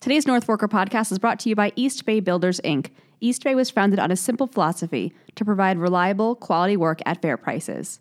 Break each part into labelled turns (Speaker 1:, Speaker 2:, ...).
Speaker 1: Today's North Forker podcast is brought to you by East Bay Builders, Inc. East Bay was founded on a simple philosophy to provide reliable, quality work at fair prices.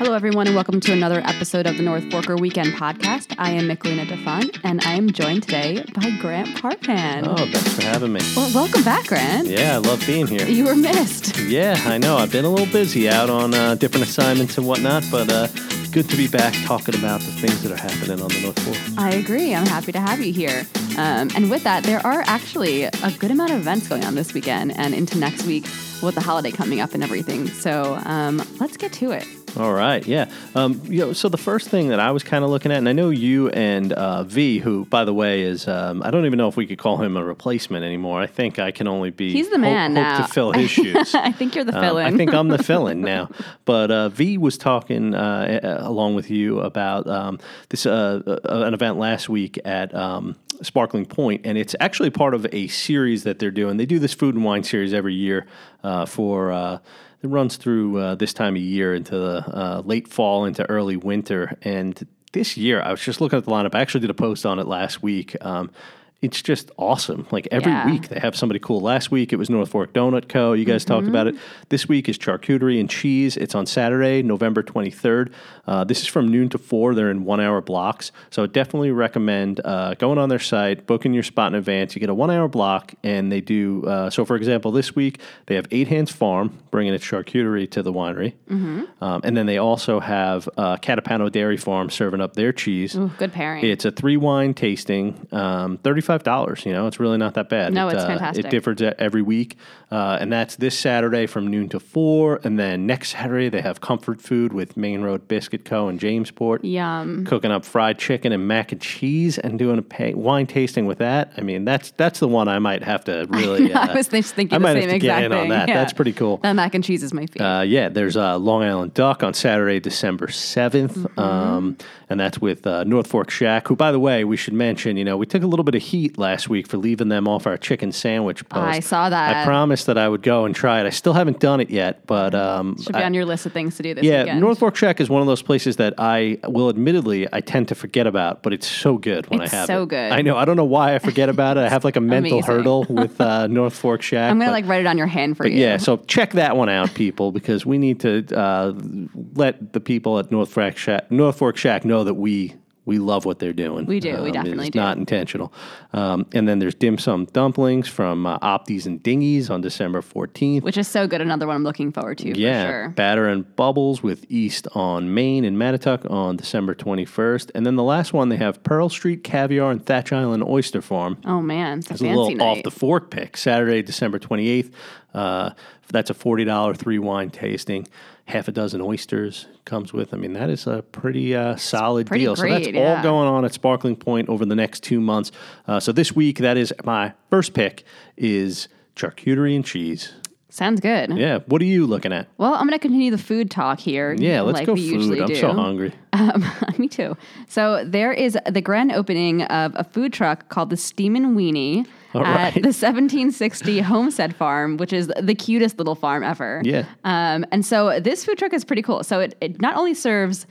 Speaker 1: Hello, everyone, and welcome to another episode of the North Forker Weekend Podcast. I am Michelina DeFont, and I am joined today by Grant Parpan.
Speaker 2: Oh, thanks for having me.
Speaker 1: Well, welcome back, Grant.
Speaker 2: Yeah, I love being here.
Speaker 1: You were missed.
Speaker 2: Yeah, I know. I've been a little busy out on uh, different assignments and whatnot, but uh, good to be back talking about the things that are happening on the North Fork.
Speaker 1: I agree. I'm happy to have you here. Um, and with that, there are actually a good amount of events going on this weekend and into next week with the holiday coming up and everything. So um, let's get to it.
Speaker 2: All right, yeah. Um, you know, so the first thing that I was kind of looking at, and I know you and uh, V, who, by the way, is um, I don't even know if we could call him a replacement anymore. I think I can only be
Speaker 1: He's the man
Speaker 2: hope, hope
Speaker 1: now.
Speaker 2: to fill his shoes.
Speaker 1: I think you're the
Speaker 2: Um,
Speaker 1: fill-in.
Speaker 2: I think I'm the fill-in now. But uh, V was talking uh, a- along with you about um, this uh, uh, an event last week at um, Sparkling Point, and it's actually part of a series that they're doing. They do this food and wine series every year uh, for. Uh, it runs through uh, this time of year into uh, late fall into early winter, and this year I was just looking at the lineup. I actually did a post on it last week. Um, it's just awesome. Like every
Speaker 1: Yeah.
Speaker 2: week, they have somebody cool. Last week it was North Fork Donut Co. You guys talked about it.
Speaker 1: Mm-hmm.
Speaker 2: This week is charcuterie and cheese. It's on Saturday, November 23rd. Uh, this is from noon to four. They're in one hour blocks. So I definitely recommend uh, going on their site, booking your spot in advance. You get a one hour block, and they do. Uh, so, for example, this week they have Eight Hands Farm bringing its charcuterie to the winery.
Speaker 1: Mm-hmm.
Speaker 2: Um, and then they also have uh, Catapano Dairy Farm serving up their cheese.
Speaker 1: Ooh, good pairing.
Speaker 2: It's a three wine tasting, um, thirty-five dollars. You know, it's really not that bad.
Speaker 1: No,
Speaker 2: It,
Speaker 1: it's
Speaker 2: uh,
Speaker 1: fantastic.
Speaker 2: It differs e- every week, uh, and that's this Saturday from noon to four, and then next Saturday they have comfort food with Main Road Biscuit Co. and Jamesport.
Speaker 1: Yum.
Speaker 2: Cooking up fried chicken and mac and cheese, and doing a pa- wine tasting with that. I mean, that's that's the one I might have to really. uh,
Speaker 1: I was just thinking
Speaker 2: I
Speaker 1: the
Speaker 2: might
Speaker 1: same
Speaker 2: have to
Speaker 1: exact
Speaker 2: get in
Speaker 1: thing.
Speaker 2: on that.
Speaker 1: Yeah.
Speaker 2: That's pretty cool.
Speaker 1: That mac and cheese is my favorite.
Speaker 2: Uh, yeah, there's uh, Long Island Duck on Saturday, December 7th.
Speaker 1: Mm-hmm.
Speaker 2: Um, and that's with uh, North Fork Shack, who, by the way, we should mention, you know, we took a little bit of heat last week for leaving them off our chicken sandwich post.
Speaker 1: I saw that.
Speaker 2: I promised that I would go and try it. I still haven't done it yet, but. Um,
Speaker 1: Mm-hmm. Should be
Speaker 2: I-
Speaker 1: on your list of things to do this
Speaker 2: yeah,
Speaker 1: weekend.
Speaker 2: North Fork Shack is one of those places that I will admittedly I tend to forget about, but it's so good when
Speaker 1: It's
Speaker 2: I have
Speaker 1: so
Speaker 2: it.
Speaker 1: good.
Speaker 2: I know. I don't know why I forget about it. I have like a mental
Speaker 1: Amazing.
Speaker 2: hurdle with uh, North Fork Shack.
Speaker 1: I'm gonna
Speaker 2: but-
Speaker 1: like write it on your hand for you.
Speaker 2: yeah, so check that one out, people, because we need to uh, let the people at North Fork Shack, North Fork Shack know that we we love what they're doing. Um,
Speaker 1: We do. We definitely
Speaker 2: it's
Speaker 1: do.
Speaker 2: Not intentional. Um, and then there's dim sum dumplings from uh, Opties and Dingies on December 14th.
Speaker 1: Which is so good. Another one I'm looking forward to
Speaker 2: yeah,
Speaker 1: for sure.
Speaker 2: batter and bubbles with East on Maine and Mattatuck on December 21st, and then the last one they have Pearl Street Caviar and Thatch Island Oyster Farm
Speaker 1: Oh man, it's a
Speaker 2: a
Speaker 1: fancy
Speaker 2: little
Speaker 1: night.
Speaker 2: off the fork pick. Saturday, December 28th. Uh, that's a $40 three wine tasting. Half a dozen oysters comes with. I mean, that is a pretty uh, solid
Speaker 1: pretty
Speaker 2: deal. so that's
Speaker 1: great, yeah.
Speaker 2: all going on at Sparkling Point over the next two months. Uh, so this week, that is my first pick is charcuterie and cheese.
Speaker 1: Sounds good.
Speaker 2: Yeah. What are you looking at?
Speaker 1: Well, I'm going to continue the food talk here.
Speaker 2: Yeah, let's
Speaker 1: like
Speaker 2: go
Speaker 1: we
Speaker 2: food.
Speaker 1: Usually
Speaker 2: I'm
Speaker 1: do.
Speaker 2: so hungry.
Speaker 1: Um, me too. So there is the grand opening of a food truck called the Steamin' Weenie
Speaker 2: All
Speaker 1: at
Speaker 2: right.
Speaker 1: the 1760 Homestead Farm, which is the cutest little farm ever.
Speaker 2: Yeah.
Speaker 1: Um, and so this food truck is pretty cool. So it, it not only serves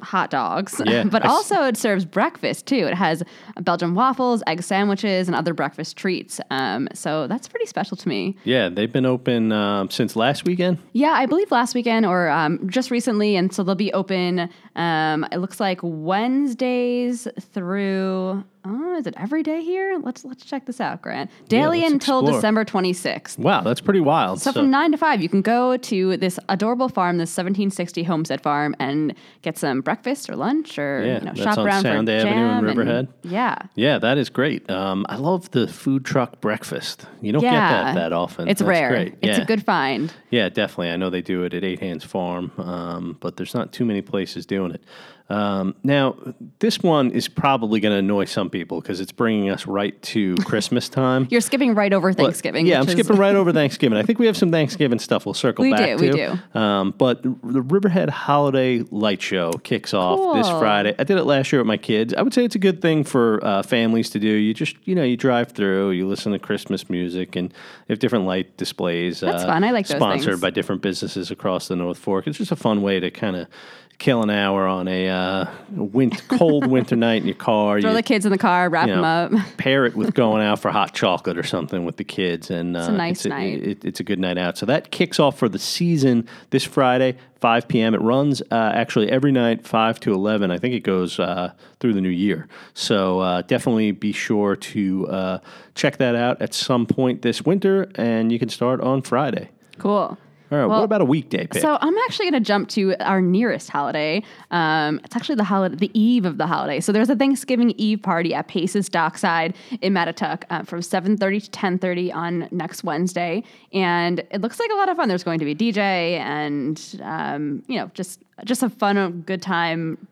Speaker 1: hot dogs,
Speaker 2: Yeah,
Speaker 1: but
Speaker 2: I s-
Speaker 1: also it serves breakfast too. It has Belgian waffles, egg sandwiches, and other breakfast treats. Um, so that's pretty special to me.
Speaker 2: Yeah, they've been open um, since last weekend.
Speaker 1: Yeah, I believe last weekend or um, just recently, and so they'll be open. Um, it looks like Wednesdays through. Oh, is it every day here? Let's let's check this out, Grant. Daily
Speaker 2: let's
Speaker 1: until
Speaker 2: explore.
Speaker 1: December twenty sixth.
Speaker 2: Wow, that's pretty wild.
Speaker 1: So, from nine to five, you can go to this adorable farm, this 1760 homestead farm, and get some breakfast or lunch or
Speaker 2: Yeah,
Speaker 1: you know,
Speaker 2: that's
Speaker 1: shop
Speaker 2: on
Speaker 1: around
Speaker 2: Sound
Speaker 1: for
Speaker 2: Avenue in
Speaker 1: jam and-
Speaker 2: Riverhead.
Speaker 1: yeah,
Speaker 2: Yeah, that is great. Um, I love the food truck breakfast. You don't
Speaker 1: yeah,
Speaker 2: get that that often.
Speaker 1: It's
Speaker 2: That's
Speaker 1: rare.
Speaker 2: Great.
Speaker 1: It's
Speaker 2: yeah.
Speaker 1: a good find.
Speaker 2: Yeah, definitely. I know they do it at Eight Hands Farm, um, but there's not too many places doing it. Um, now, this one is probably going to annoy some people because it's bringing us right to Christmas time.
Speaker 1: You're skipping right over
Speaker 2: But-
Speaker 1: Thanksgiving.
Speaker 2: yeah, I'm
Speaker 1: which is-
Speaker 2: skipping right over Thanksgiving. I think we have some Thanksgiving stuff. We'll circle
Speaker 1: We do,
Speaker 2: back
Speaker 1: we
Speaker 2: to.
Speaker 1: do.
Speaker 2: Um, but the Riverhead Holiday Light Show kicks off this
Speaker 1: Cool.
Speaker 2: Friday. I did it last year with my kids. I would say it's a good thing for uh, families to do. You just you know you drive through, you listen to Christmas music, and they have different light displays. uh,
Speaker 1: That's fun. I like those
Speaker 2: sponsored
Speaker 1: things.
Speaker 2: by different businesses across the North Fork. It's just a fun way to kind of. Kill an hour on a uh, winter, cold winter night in your car.
Speaker 1: Throw
Speaker 2: You-
Speaker 1: the kids in the car, wrap
Speaker 2: you know,
Speaker 1: them up.
Speaker 2: pair it with going out for hot chocolate or something with the kids, and uh, it's
Speaker 1: a nice night.
Speaker 2: it- it's a good night out. So that kicks off for the season this Friday, 5 p.m. It runs uh, actually every night, 5 to 11. I think it goes uh, through the new year. So uh, definitely be sure to uh, check that out at some point this winter, and you can start on Friday.
Speaker 1: Cool.
Speaker 2: All right,
Speaker 1: Well,
Speaker 2: what about a weekday pick?
Speaker 1: So I'm actually going to jump to our nearest holiday. Um, it's actually the holiday, the eve of the holiday. So there's a Thanksgiving Eve party at Paces Dockside in Mattatuck uh, from 7:30 to 10:30 on next Wednesday, and it looks like a lot of fun. There's going to be a DJ and um, you know just just a fun, good time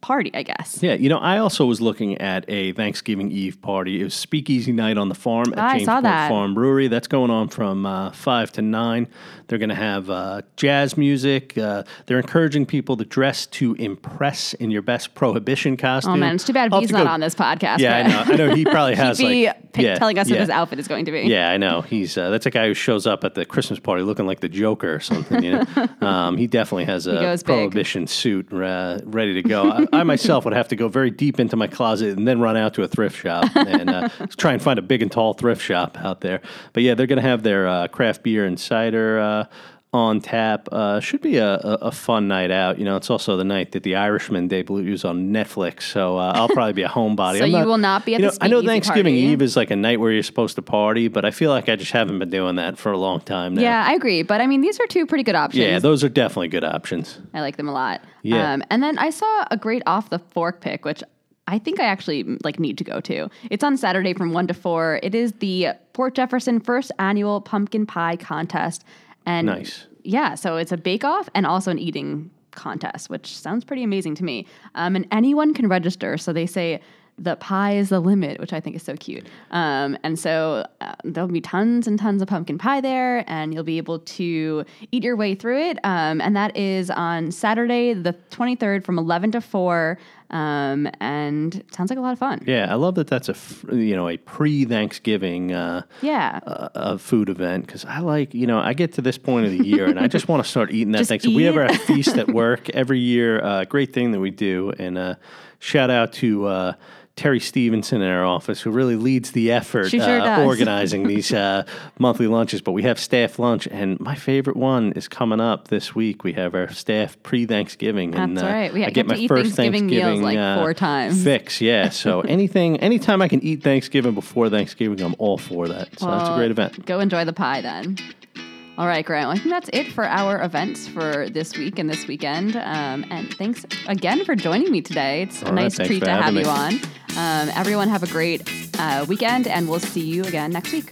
Speaker 1: party, I guess.
Speaker 2: Yeah, you know, I also was looking at a Thanksgiving Eve party. It was Speakeasy Night on the farm at
Speaker 1: I
Speaker 2: James
Speaker 1: saw
Speaker 2: Port
Speaker 1: that.
Speaker 2: Farm Brewery. That's going on from uh, five to nine. They're going to have uh, jazz music. Uh, they're encouraging people to dress to impress in your best prohibition costume.
Speaker 1: Oh man, it's too bad
Speaker 2: I'll have
Speaker 1: V's
Speaker 2: to
Speaker 1: not
Speaker 2: go-
Speaker 1: on this podcast.
Speaker 2: Yeah, I know. I know he probably has
Speaker 1: He'd be
Speaker 2: like
Speaker 1: pic-
Speaker 2: yeah,
Speaker 1: telling us
Speaker 2: yeah.
Speaker 1: what his outfit is going to be.
Speaker 2: Yeah, I know. He's uh, that's a guy who shows up at the Christmas party looking like the Joker or something. You know, um, he definitely has a
Speaker 1: goes big.
Speaker 2: prohibition suit uh, ready to go. I, I myself would have to go very deep into my closet and then run out to a thrift shop and uh, try and find a big and tall thrift shop out there. But yeah, they're going to have their uh, craft beer and cider. Uh, on tap uh, should be a, a, a fun night out. You know, it's also the night that The Irishman debuts on Netflix, so uh, I'll probably be a homebody.
Speaker 1: So you will not be at
Speaker 2: you
Speaker 1: the
Speaker 2: know, I know
Speaker 1: speakeasy
Speaker 2: Thanksgiving
Speaker 1: party.
Speaker 2: Eve is like a night where you're supposed to party, but I feel like I just haven't been doing that for a long time now.
Speaker 1: Yeah, I agree. But I mean, these are two pretty good options.
Speaker 2: Yeah, those are definitely good options.
Speaker 1: I like them a lot.
Speaker 2: Yeah.
Speaker 1: Um, and then I saw a great off the fork pick, which I think I actually mm, like need to go to. It's on Saturday from one to four. It is the Port Jefferson first annual pumpkin pie contest, and
Speaker 2: Nice.
Speaker 1: Yeah, so it's a bake off and also an eating contest, which sounds pretty amazing to me. Um, and anyone can register. So they say the pie is the limit, which I think is so cute. Um, and so uh, there'll be tons and tons of pumpkin pie there, and you'll be able to eat your way through it. Um, and that is on Saturday, the 23rd, from 11 to 4. Um, and it sounds like a lot of fun.
Speaker 2: Yeah, I love that. That's a f- you know a pre-Thanksgiving uh,
Speaker 1: Yeah.
Speaker 2: uh, uh, food event because I like you know I get to this point of the year and I just want to start eating that.
Speaker 1: Just
Speaker 2: Thanksgiving. We have
Speaker 1: eat.
Speaker 2: our feast at work every year. Uh, great thing that we do, and uh, shout out to. Uh, Terry Stevenson in our office, who really leads the effort
Speaker 1: She sure
Speaker 2: uh,
Speaker 1: does.
Speaker 2: organizing these uh, monthly lunches. But we have staff lunch, and my favorite one is coming up this week. We have our staff pre Thanksgiving.
Speaker 1: That's
Speaker 2: uh,
Speaker 1: right. We
Speaker 2: I
Speaker 1: have
Speaker 2: get
Speaker 1: to
Speaker 2: my
Speaker 1: eat
Speaker 2: first
Speaker 1: Thanksgiving meals,
Speaker 2: Thanksgiving
Speaker 1: like,
Speaker 2: uh,
Speaker 1: four times.
Speaker 2: Fix, yeah. So anything, anytime I can eat Thanksgiving before Thanksgiving, I'm all for that. So that's a
Speaker 1: Well,
Speaker 2: great event.
Speaker 1: Go enjoy the pie then. All right, Grant. Well, I think that's it for our events for this week and this weekend. Um, and thanks again for joining me today. It's a
Speaker 2: All right,
Speaker 1: nice
Speaker 2: thanks
Speaker 1: treat
Speaker 2: for
Speaker 1: to have
Speaker 2: having
Speaker 1: you
Speaker 2: me.
Speaker 1: on. Um, everyone, have a great uh, weekend, and we'll see you again next week.